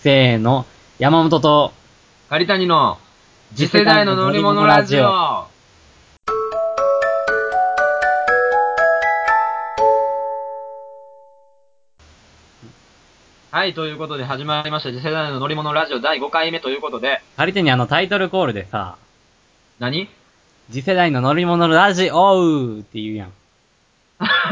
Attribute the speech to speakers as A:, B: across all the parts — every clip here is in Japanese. A: せーの、山本と、
B: 狩谷の次世代の乗り物ラジオ。はい、ということで始まりました次世代の乗り物ラジオ第5回目ということで、
A: 借り手にあのタイトルコールでさ、
B: 何
A: 次世代の乗り物ラジオうって言うやん。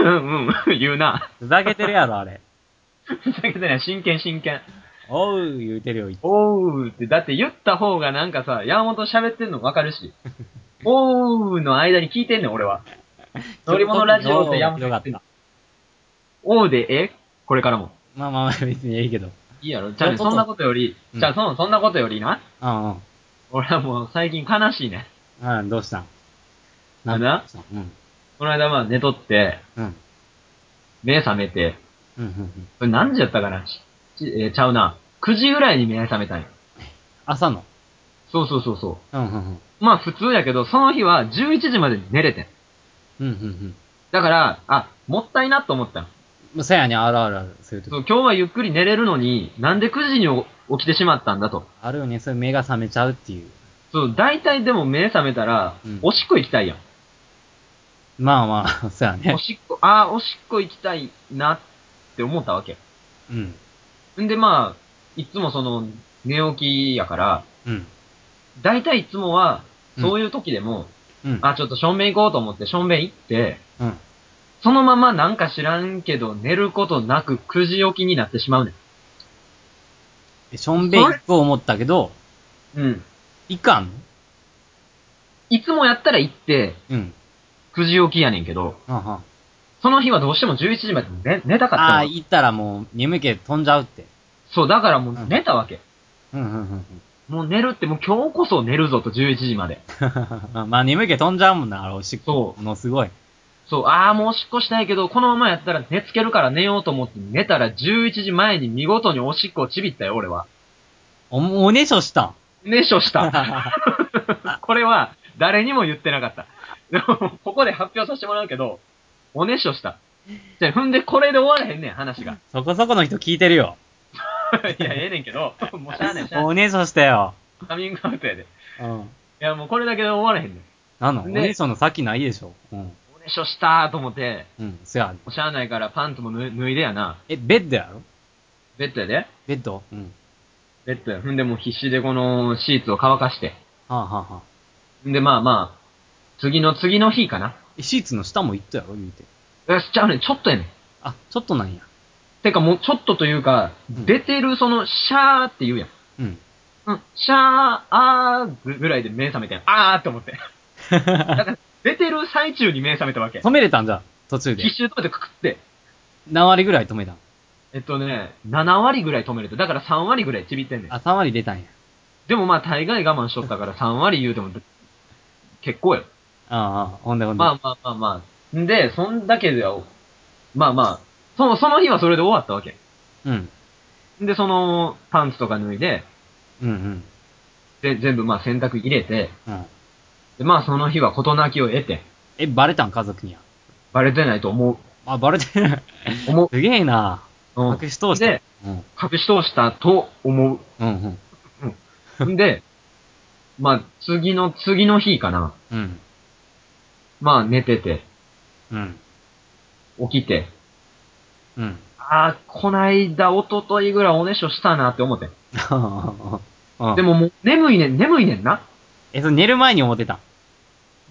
B: うん、うん、言うな。
A: ふざけてるやろ、あれ。
B: ふざけてない、真剣真剣。
A: おう言うてるよ、いつも
B: おうって、だって言った方がなんかさ、山本喋ってんのわか るし。おうの間に聞いてんねん、俺は。乗り物ラジオって山
A: 広
B: 本
A: がっ
B: 言ってんの
A: た。
B: おうでえこれからも。
A: まあまあまあ、別にいいけど。
B: いいやろじゃあね、
A: ちょっと
B: そんなことより、
A: うん
B: じゃあそ、そんなことよりな。
A: うんうん。
B: 俺はもう最近悲しいね。
A: うん、どうしたんど
B: あな
A: うしたんうん。
B: この間まあ寝とって、
A: うん。
B: 目覚めて、
A: うん、うん、うん。
B: これ何時やったかなしちえーちゃうな。9時ぐらいに目覚めたんよ。
A: 朝の。
B: そうそうそうそ
A: うん、うん、うん。
B: う。まあ普通やけど、その日は11時まで寝れてん。
A: うん、うん、うん。
B: だから、あ、もったいなと思ったん。
A: まあそやね、あるあるある。そういう
B: そ
A: 時。
B: う今日はゆっくり寝れるのに、なんで9時にお起きてしまったんだと。
A: あるよね、そういう目が覚めちゃうっていう。
B: そう、大体でも目覚めたら、
A: うん
B: おしっこ行きたいやん。
A: まあまあ、そ やね
B: お。しっこ、ああ、おしっこ行きたいなって思ったわけ。
A: うん。
B: んでまあ、いつもその、寝起きやから、
A: うん。
B: 大体いつもは、そういう時でも、
A: うん。
B: あ、ちょっと正面行こうと思って、正面行って、
A: うん。
B: そのままなんか知らんけど、寝ることなく9時起きになってしまうね
A: えしょんべい行く思ったけど、
B: ん。うん。
A: いかんの
B: いつもやったら行って、
A: うん。
B: 9時起きやねんけど、
A: はんはん
B: その日はどうしても11時まで寝寝たかった
A: ああ、
B: の。
A: 行ったらもう眠気飛んじゃうって。
B: そう、だからも
A: う
B: うん寝たわけ。
A: うんうん
B: もう寝るって、もう今日こそ寝るぞと11時まで。
A: うん。 まあ眠気飛んじゃうもんな、あれ、おしっこ
B: そ。う
A: ものすごい。
B: そう、ああ、もうおしっこしたいけど、このままやったら寝つけるから寝ようと思って寝たら11時前に見事におしっこをちびったよ、俺は。
A: お、おねしょした
B: 寝所し た。
A: ん。
B: これは、誰にも言ってなかった。でも、ここで発表させてもらうけど、おねしょした。じゃあ、踏んでこれで終わらへんねん、話が。
A: そこそこの人聞いてるよ。
B: いや、ええねんけど、もうしゃあない、しゃあない。
A: おねしょしたよ。
B: カミングアウトやで。い
A: うん。
B: や、もうこれだけで終わらへんねん。
A: なのお
B: ね
A: ねしょの先ないでしょ。うん。
B: おねしょしたーと思って、
A: うん、そや。
B: もうしゃあないからパンツも脱い脱いでやな。
A: え、ベッドやろ
B: ベッドやで。
A: ベッドうん。
B: ベッドや。踏んでもう必死でこのシーツを乾かして。
A: はあ、はあはあ、
B: んで、まあまあ、次の次の日かな。
A: えシーツの下も行ったやろ言うて。
B: よし、ちゃうねん、ちょっとやねん。
A: あ、ちょっとなんや。
B: てかもうちょっとというか、
A: うん
B: 出てるその、シャーって言うやん。
A: うん。
B: うん、シャー、あーぐらいで目覚めてん。あーって思って。 だから、出てる最中に目覚めたわけ。
A: 止めれたんじゃ、途 中で
B: 必。死で止めてくくって。
A: 何割ぐらい止めたん
B: えっとね、7割ぐらい止めれて、だから3割ぐらいちびってんねん
A: あ、。3割出たんや。
B: でもまあ大概我慢しとったから3割言うても、結構よ。
A: ああああ、ほんでほんで。
B: まあまあまあまあ。んで、そんだけでは、まあまあ、その、その日はそれで終わったわけ。
A: うん。
B: で、その、パンツとか脱いで、
A: うんうん。
B: で、全部まあ洗濯入れて、
A: うん。
B: で、まあその日は事なきを得て、
A: え、バレたん家族には。
B: バレてないと思う。
A: あ、バレて る。
B: 思う。
A: すげえな
B: うん
A: 隠し通した。
B: で、
A: うん。
B: 隠し通したと思
A: うんうん。
B: う。んで、 まあ、次の、次の日かな。
A: うん。
B: まあ、寝てて、
A: うん。
B: 起きて、
A: うん。
B: ああ、こないだ、おとといぐらいおねしょしたなって思ってん。
A: うん
B: で、ももう、眠いねん、眠いねんな。
A: え、それ寝る前に思ってたん。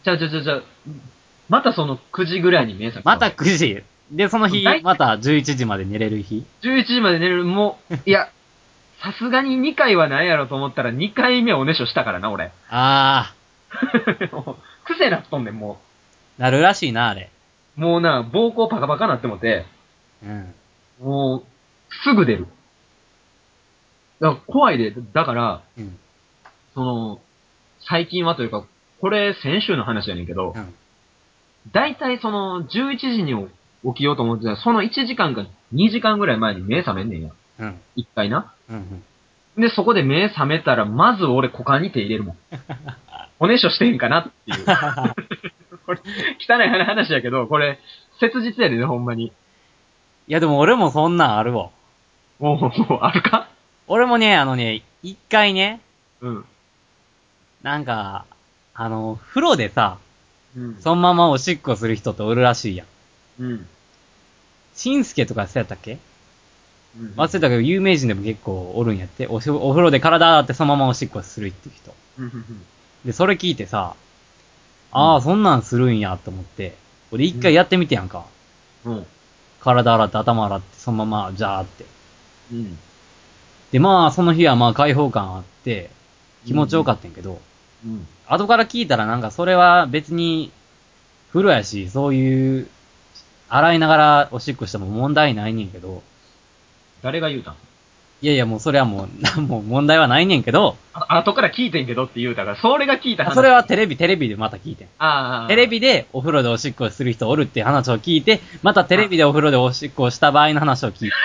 B: じゃじゃじゃじゃまたその9時ぐらいに目覚め
A: また9時。で、その日
B: は、い
A: また11時まで寝れる日。
B: 11時まで寝る、も う、いや、さすがに2回はないやろと思ったら2回目おねしょしたからな、俺。
A: あ
B: もう癖なっとんねん、も
A: ー、なるらしいな、あれ。
B: う。もうな、膀胱パカパカなってもて、
A: うん。
B: もう、すぐ出る。だから怖いで、だから、
A: うん。
B: その、最近はというか、これ先週の話やねんけど
A: う、ん。
B: 大体その11時に起きようと思ってたら、その1時間か2時間ぐらい前に目覚めんねんや。
A: うん。
B: 一回な。
A: うん。
B: で、そこで目覚めたら、まず俺股間に手入れるもん。おねしょしてんかなって いう。これ、汚い話やけど、これ、切実やでね、ほんまに。
A: いや、でも俺もそんなんあるわ。
B: おうおうおうあるか
A: 俺もね、あのね、一回ね、
B: うん。
A: なんか、あの、風呂でさ、
B: うん。
A: そのままおしっこする人っておるらしいやん。
B: うん。
A: しんすけとかそうやったっけ
B: うん。
A: 忘れたけど、有名人でも結構おるんやって。おしお風呂で体洗ってそのままおしっこするっていう人。
B: うん。うん
A: で、それ聞いてさ、ああ、そんなんするんやと思って、俺一回やってみてやんか。
B: うん。
A: 体洗って頭洗ってそのまま、じゃーって。
B: うん。
A: で、まあ、その日はまあ開放感あって、気持ちよかったんやけど、
B: うん。
A: 後から聞いたらなんかそれは別に、風呂やし、そういう、洗いながらおしっこしても問題ないねんけど、
B: 誰が言うたん
A: いやいやもうそれはもう、 なんも問題はないねんけど、
B: あ、後から聞いてんけどって言うたから、それが聞いた話。
A: それは、テレビ、テレビでまた聞いてん。
B: ああ。
A: テレビでお風呂でおしっこする人おるっていう話を聞いて、またテレビでお風呂でおしっこした場合の話を聞いて、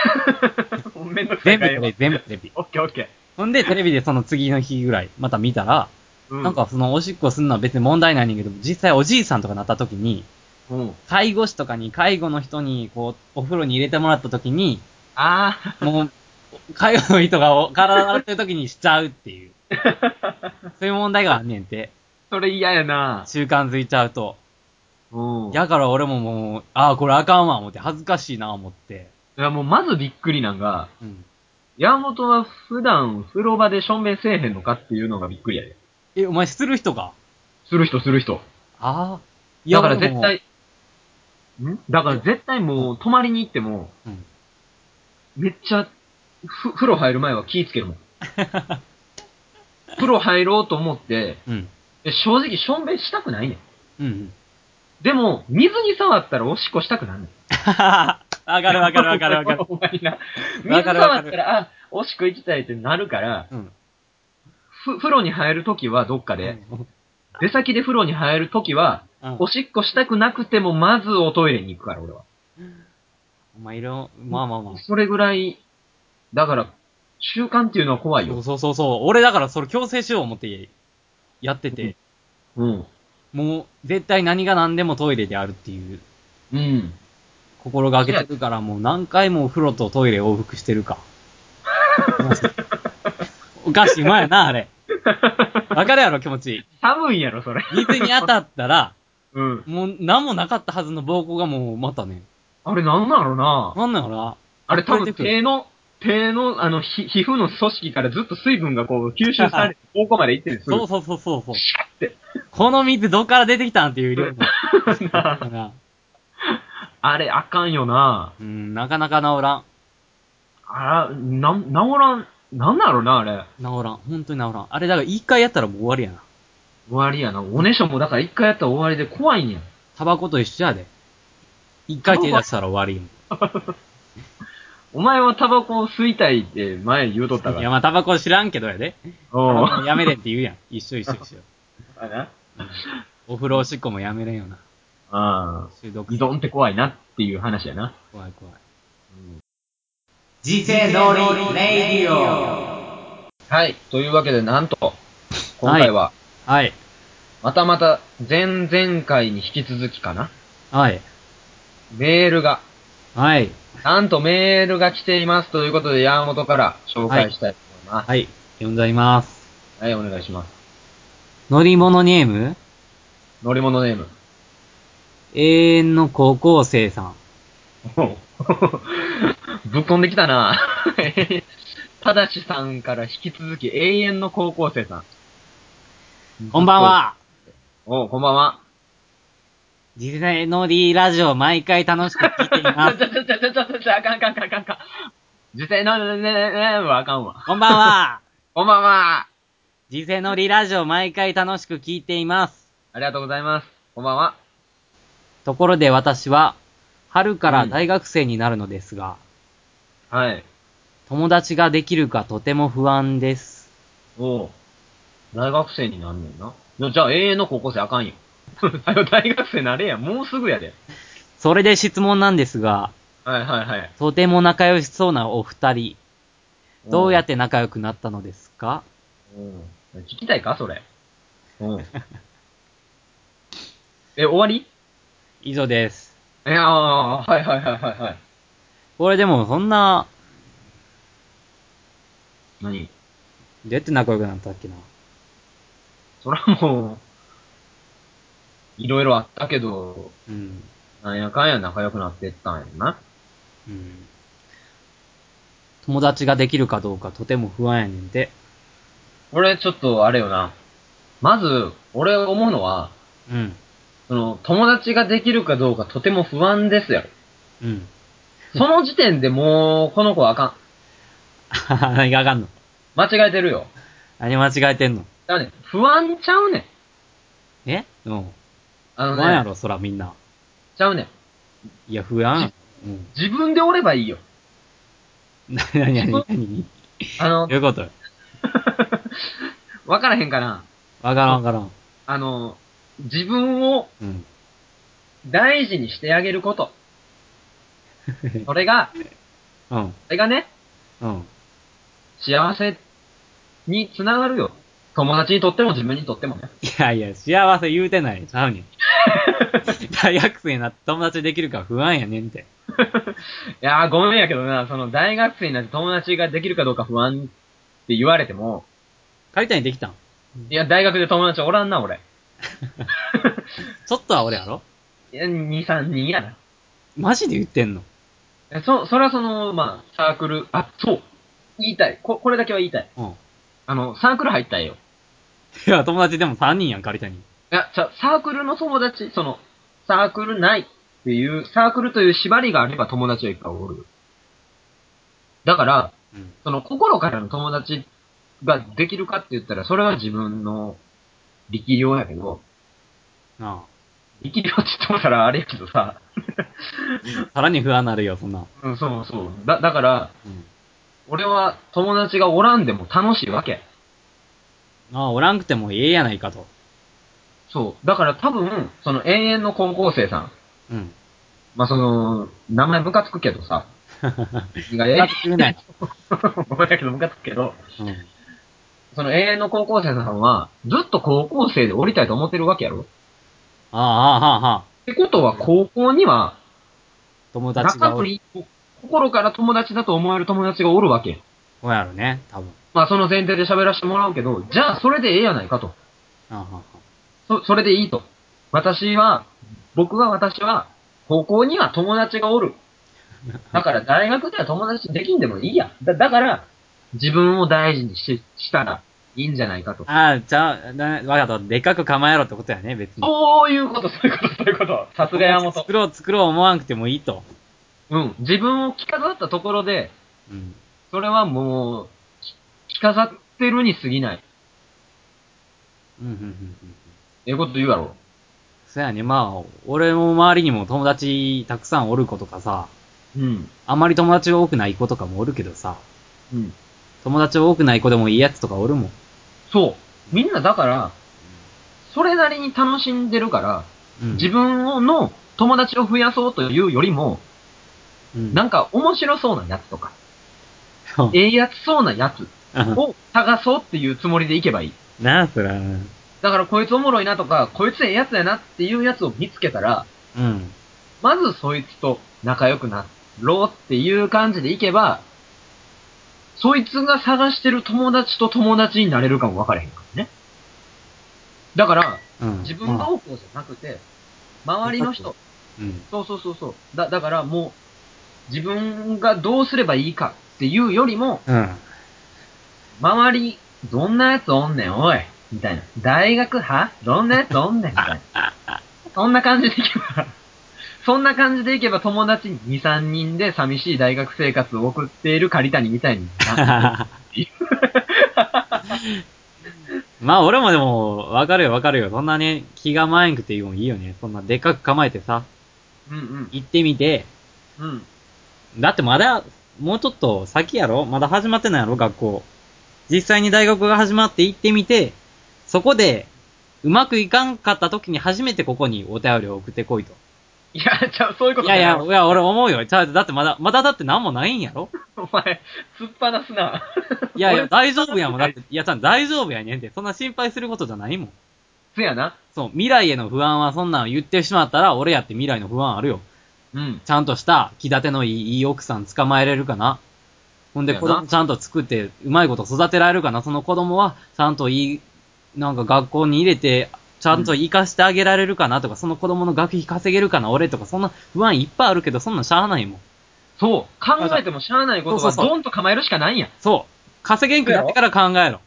B: めんどくさい
A: 全部テレ
B: 会話。
A: ビ、全部テレビ。
B: オッケーオッケ
A: ほんでテレビでその次の日ぐらい、また見たら、
B: ー。う
A: なん、かそのおしっこするのは別に問題ないねんけど、実際おじいさんとかなった時に、
B: うん。
A: 介護士とかに、介護の人に、こう、お風呂に入れてもらった時に、
B: ああ。
A: もう、介護の人がお体洗ってる時にしちゃうっていう。そういう問題があんねんて。
B: それ嫌やな
A: 習慣づいちゃうと。
B: うん。
A: やから俺ももう、ああ、これあかんわ、思って、恥ずかしいな、思って。
B: いや、もうまずびっくりなんが、
A: うん。
B: 山本は普段風呂場で照明せえへんのかっていうのがびっくりやで。
A: え、お前する人か
B: する人する人。
A: ああ。い
B: だ
A: や
B: から
A: 俺も
B: 絶対、んだから絶対もう泊まりに行っても、
A: うん
B: めっちゃ、ふ、風呂入る前は気ぃつけるもん。風呂入ろうと思って、
A: うん。
B: え正直、しょんべんしたくないね
A: う
B: ん。
A: んうん。
B: でも、水に触ったらおしっこしたくなんねん。
A: わかるわかるわかるわか る。
B: ほんまにな。水
A: わかるわ
B: 触
A: かる
B: ったら、あ、おしっこ行きたいってなるから、
A: うん。
B: ふ、風呂に入るときはどっか
A: う
B: で、
A: ん
B: 出先で風呂に入るときは、おしっこしたくなくても、まずおトイレに行くから、俺は。
A: お前いろ、まあまあまあ。
B: それぐらい、だから、習慣っていうのは怖い
A: そう
B: よ。
A: そうそうそう。俺だからそれ強制しよう思ってやってて、
B: うん。
A: もう絶対何が何でもトイレであるっていう
B: うん。
A: 心がけてるから、もう何回もお風呂とトイレ往復してるか。おかしい、まやな、あれ。わかるやろ、気持ち。
B: 寒いやろ、それ。
A: 水に当たったら、
B: うん。
A: もう何もなかったはずの膀胱がもうまたね、
B: あれ、なんなんやろな。
A: なんなんやろな。
B: あれ、多
A: 溢れ
B: 分、
A: てくる
B: 手の、手の、あの、ひ皮膚の組織からずっと水分がこう、吸収 されて、方向まで行ってるんです
A: そう
B: よ。
A: そうそうそうそう。
B: シャッて。
A: この水どっから出てきたんっていう量だか ら。
B: あれ、あかんよな。
A: うん、なかなか治らん。
B: あら、なん、治らん、なんなんやろな、あれ。
A: 治らん。本当に治らん。あれ、だから一回やったらもう終わりやな。
B: 終わりやな。おねしょも、だから一回やったら終わりで怖いねん。
A: タバコと一緒やで。一回手出したら終わり
B: お前はタバコを吸いたいって前言うとった
A: やん。
B: か
A: い
B: ら。
A: や、まあタバコ知らんけどやで。タ
B: おう
A: バコもやめれんって言うやん。一緒一緒 一緒。
B: あな
A: お風呂おしっこもやめれんよな。
B: ああ。
A: 中毒
B: 依存って怖いなっていう話やな。
A: 怖い怖い。
C: 次世のりレイディオ
B: はい。というわけで、なんと、今回は、
A: はい。
B: またまた、前々回に引き続きかな。
A: はい。
B: メールが、
A: はい。
B: なんとメールが来ていますということで、山本から紹介したいと思います。
A: はい。呼んじゃいます。
B: はい、お願いします。
A: 乗り物ネーム
B: 乗り物ネーム。
A: 永遠の高校生さん。
B: ぶっこんできたな ただしさんから引き続き永遠の高校生さん。
A: こんばん。は。
B: おう、こんばんは。
A: 次世のりラジオ毎回楽しく聞いていま
B: ち
A: す。
B: ょちょちょちょちょちょ、あかんあかんあかんあかんあかん。時勢のねねねはあかんわ。
A: こんばんは。
B: こんばんは。
A: 次世のりラジオ毎回楽しく聞いています。
B: ありがとうございます。こんばんは。
A: ところで私は、春から大学生になるのですが、
B: はい。
A: 友達ができるかとても不安です。
B: おう。大学生になんねんな。いやじゃあ永遠の高校生あかんよ。はよ大学生なれや。もうすぐやで。
A: それで質問なんですが、
B: はいはいはい。
A: とても仲良しそうなお二人、どうやってて仲良くなったのですか
B: うん。聞きたいかそれ。うん。え、終わり
A: 以上です。
B: いやー、はいはいはいはいはい。
A: これでもそんな、
B: 何
A: どうやって仲良くなったっけな。
B: そらもう、いろいろあったけど、
A: うん。
B: なんやかんや仲良くなってったんやな。
A: うん。友達ができるかどうかとても不安やねんて。
B: 俺ちょっとあれよな。まず、俺思うのは、
A: うん。
B: その、友達ができるかどうかとても不安ですよ。
A: うん。
B: その時点でもう、この子はあか ん。
A: 何があかんの
B: 間違えてるよ。
A: 何間違えてんの
B: だからね、不安ちゃうねん。
A: えうん。
B: あの
A: 不安や
B: ね、
A: ろ、そらみんな。
B: ちゃうねん。
A: いや、不安。うん。
B: 自分でおればいいよ。
A: なになになにど
B: あの
A: うい、うことよ
B: わからへんかな。
A: わからんわからん。
B: あの、自分を
A: うん。
B: 大事にしてあげる こと。それが、
A: うん。
B: それがね、
A: うん。
B: 幸せにつながるよ。友達にとっても自分にとってもね。
A: いやいや、幸せ言うてない。ちゃ うねん。大学生になって友達できるか不安やねんって。
B: いやー、ごめんやけどな、その大学生になって友達ができるかどうか不安って言われても、
A: 借りたいにできたん
B: いや、大学で友達おらんな、俺。
A: ちょっとは俺やろ
B: いや、2、3人やな。
A: マジで言ってんの
B: えそ、それはその、まあ、サークル、あ、そう。言いたい。こ、これだけは言いたい。
A: うん。
B: あの、サークル入ったんよ。
A: いや、友達でも3人やん、借りたいに。
B: いや、ちゃ、サークルの友達、その、サークルないっていう、サークルという縛りがあれば友達はいっぱいおるよ。だから、
A: うん。
B: その、心からの友達ができるかって言ったら、それは自分の力量やけど、
A: あ
B: 力量って言ってもたらあれやけどさ、
A: あ。 さらに不安になるよ、そんなん。
B: うん、そうそう。だ、だから、
A: うん。
B: 俺は友達がおらんでも楽しいわけ。
A: ああ、おらんくてもええやないかと。
B: そう。だから多分、その永遠の高校生さん。
A: うん。
B: まあ、その、名前ムカつくけどさ。意外
A: 二つ 言うなよ。
B: お前だけどムカつくけど、
A: うん。
B: その永遠の高校生さんは、ずっと高校生で降りたいと思ってるわけやろっ
A: ああ、ああ、ああ、ああ。
B: てことは、高校には、
A: 友達
B: 中
A: がおる。
B: に、心から友達だと思える友達がおるわけや。
A: そうやろね、多分。
B: まあ、その前提で喋らせてもらうけど、じゃあ、それでええやないかと。
A: ああ、ああ。
B: そ、それでいいと。私は、僕は私は、高校には友達がおる。だから大学では友達できんでもいいや。だ、だから、自分を大事にし、したらいいんじゃないかと。
A: ああ、じゃあ、なわかった。でっかく構えろってことやね、別に。
B: そういうこと、そういうこと、そういうこと。さすが山本。
A: 作ろう、作ろう思わんくてもいいと。
B: うん。自分を着飾ったところで、
A: うん。
B: それはもう、き着飾ってるに過ぎない。
A: うん、うん、うんうん。
B: ええこと言うやろ。
A: そうやね、まあ、俺も周りにも友達たくさんおる子とかさ、
B: うん。
A: あんまり友達が多くない子とかもおるけどさ、
B: うん。
A: 友達多くない子でもいいやつとかおるもん。
B: そう。みんなだから、それなりに楽しんでるから、
A: うん。
B: 自分の友達を増やそうというよりも、
A: うん、
B: なんか面白そうなやつとか、
A: か、
B: ええやつそうなやつを探そうっていうつもりでいけばいい。
A: なあ、そら。うん。
B: だからこいつおもろいなとか、こいつええやつやなっていうやつを見つけたら、まずそいつと仲良くなろうっていう感じでいけば、そいつが探してる友達と友達になれるかも分からへんからね。だから、
A: うん。
B: 自分が
A: まあ
B: 多くじゃなくて、周りの人、
A: うん。
B: そうそうそうそう。だ、だからもう、自分がどうすればいいかっていうよりも、
A: うん。
B: 周り、どんなやつおんねん、おいみたいな。大学派どんなやつおんねんみたいな。 そんな感じでいけば、そんな感じでいけば友達に2、3人で寂しい大学生活を送っている狩谷みたいに な。
A: まあ、俺もでも、わかるよ、わかるよ。そんなね、気が前んくていいもんいいよね。そんな、でっかく構えてさ、
B: うんうん。
A: 行ってみて、
B: うん。
A: だってまだ、もうちょっと先やろまだ始まってないやろ学校。実際に大学が始まって行ってみて、そこで、うまくいかんかった時に初めてここにお便りを送ってこいと。
B: いや、じゃあそういうこ
A: い
B: とじゃ
A: やいや、
B: ない
A: や、俺思うよ。ちゃうだってまだ、まだだって何もないんやろ
B: お前、突っ放すな。
A: いやいや、
B: 俺
A: 大丈夫やもん。だって、いや、ちゃん大丈夫やねんって。そんな心配することじゃないもん。
B: つやな。
A: そう、未来への不安はそんなん言ってしまったら、俺やって未来の不安あるよ。
B: うん。
A: ちゃんとした、気立てのいいいい奥さん捕まえれるかなほんで、
B: そう
A: 子
B: やな
A: 供ちゃんと作って、うまいこと育てられるかな。その子供は、ちゃんといい、なんか学校に入れて、ちゃんと活かしてあげられるかなとか、その子供の学費稼げるかな、俺とか、そんな不安いっぱいあるけど、そんなんしゃあないもん。
B: そう。考えてもしゃあないことは、
A: そうそうそう
B: ドンと構えるしかないんや。
A: そう。稼げんくなってから考えろ。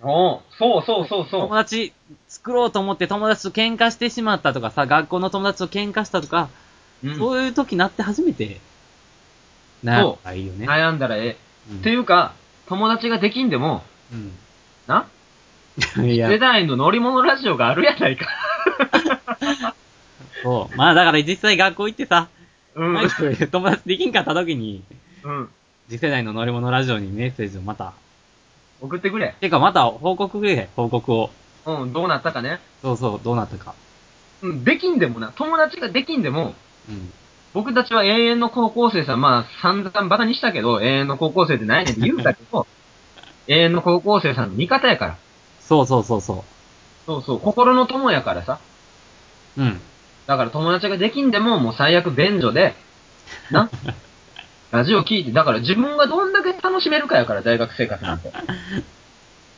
B: おうそうそうそうそう
A: 友。達作ろうと思って友達と喧嘩してしまったとかさ、学校の友達と喧嘩したとか、
B: うん
A: そういう時になって初めて、な
B: そ
A: んかいいよね。
B: 悩んだらえ
A: う
B: え。
A: ん
B: っていうか、友達ができんでも、な、
A: うん。いや
B: 世、代の乗り物ラジオがあるやないか。
A: そう。まあだから実際学校行ってさ、
B: うん。
A: はい 友達できんかった時に、
B: うん。
A: 次世代の乗り物ラジオにメッセージをまた、
B: 送ってくれ。
A: てかまた報告くれ、報告を。
B: うん、どうなったかね。
A: そうそう、どうなったか。
B: うん、できんでもな、友達ができんでも、
A: うん。
B: 僕たちは永遠の高校生さん、まあ散々バカにしたけど、永遠の高校生ってないねんって言うたけど、 永遠の高校生さんの味方やから。
A: そうそうそうそ
B: そうそう、心の友やからさ。
A: う。うん。
B: だから友達ができんでも、もう最悪便所で、な、ラジオ聞いて、だから自分がどんだけ楽しめるかやから、大学生活なんて。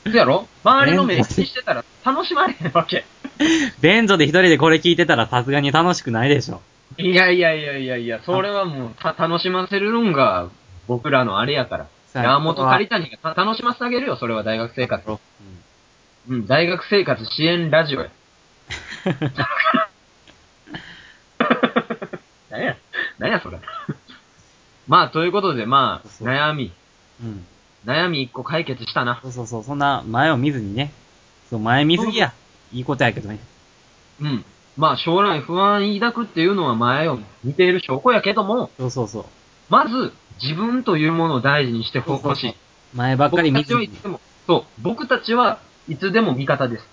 B: そうやろ周りの目気にしてたら楽しまれへんわけ。
A: 便所で一人でこれ聞いてたらさすがに楽しくないでしょ。
B: いやいやいやいやいや、それはもう、た、楽しませるのが、僕らのあれやから。
A: そうや
B: 山本狩谷がた楽しませてあげるよ、それは大学生活。
A: うん
B: うん、大学生活支援ラ ジオや。何や、何やそれ。まあ、ということで、まあ、
A: そう
B: 悩み、
A: うん。
B: 悩み一個解決したな
A: そ。うそうそう、そんな前を見ずにね。そう、前見すぎや。いいことやけどね。
B: うん。まあ、将来不安抱くっていうのは前を見ている証拠やけども、
A: そうそうそう。
B: まず、自分というものを大事にしてほしい。
A: 前ばっかり見ず
B: 僕たちはい
A: に、
B: つでも、そう、僕たちはいつでも味方です。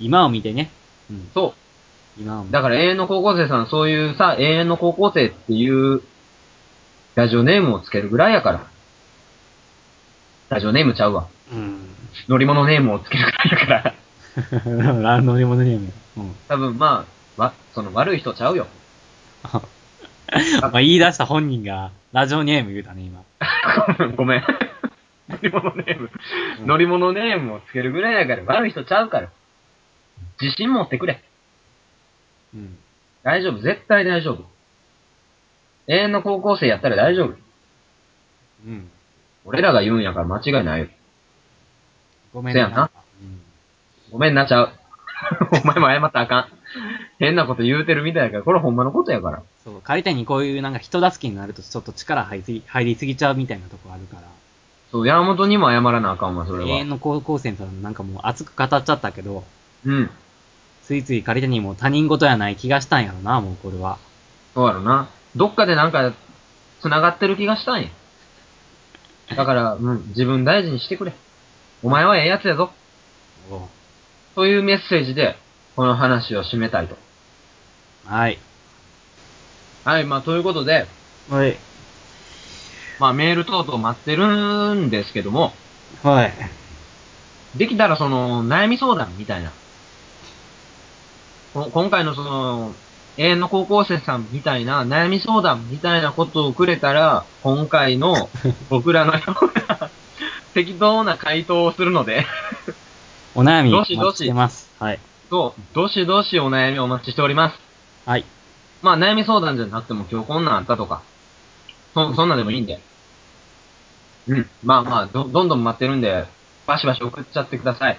A: 今を見てね。うん。
B: そ
A: 今を見
B: う。
A: て。
B: だから永遠の高校生さん、そういうさ、永遠の高校生っていう、ラジオネームをつけるぐらいやから。ラジオネームちゃうわ。
A: うん。
B: 乗り物ネームをつけるぐらいやから。
A: ラ乗り物ネーム。うん。
B: 多分まあ、わ、その悪い人ちゃうよ。
A: まあ言い出した本人が、ラジオネーム言うたね、今。
B: ごめん。乗り物ネーム、乗り物ネームをつけるぐらいやから、悪い人ちゃうから。自信持ってくれ。
A: うん。
B: 大丈夫、絶対大丈夫。永遠の高校生やったら大丈夫。
A: うん。
B: 俺らが言うんやから間違いないよ。
A: ごめん
B: せやな。
A: うん
B: ごめんなちゃう。 お前も謝ったらあかん。変なこと言うてるみたいやから、これほんまのことやから。
A: そう、借りたにこういうなんか人助けになるとちょっと力入りすぎ入りすぎちゃうみたいなとこあるから。
B: そう、山本にも謝らなあかんわ、それ
A: 永
B: は
A: 遠。の高校生さんなんかもう熱く語っちゃったけど、
B: うん。
A: ついつい借りたにもう他人事やない気がしたんやろな、もうこれは。
B: そうやろな。どっかでなんか、繋がってる気がしたんや。だから、うん、自分大事にしてくれ。お前はええやつやぞ。
A: お
B: というメッセージで、この話を締めたいと。
A: はい。
B: はい、まあ、ということで、
A: はい。
B: まあ、メール等々待ってるんですけども、
A: はい。
B: できたらその、悩み相談みたいな。こ今回のその、永遠の高校生さんみたいな、悩み相談みたいなことをくれたら、今回の僕らのような、適当な回答をするので、
A: お悩み、
B: どしどし
A: してます。はい。
B: そう、どしどしお悩みお待ちしております。
A: はい。
B: まあ、悩み相談じゃなくても今日こんなんあったとか、そ、そんなんでもいいんで。うん。まあまあ、ど、どんどん待ってるんで、バシバシ送っちゃってください。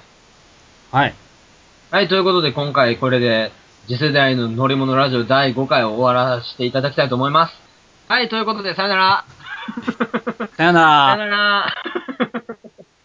A: はい。
B: はい、ということで今回これで次世代の乗り物ラジオ第5回を終わらせていただきたいと思います。はい、ということでさよなら。
A: さよなら
B: さよ。なら。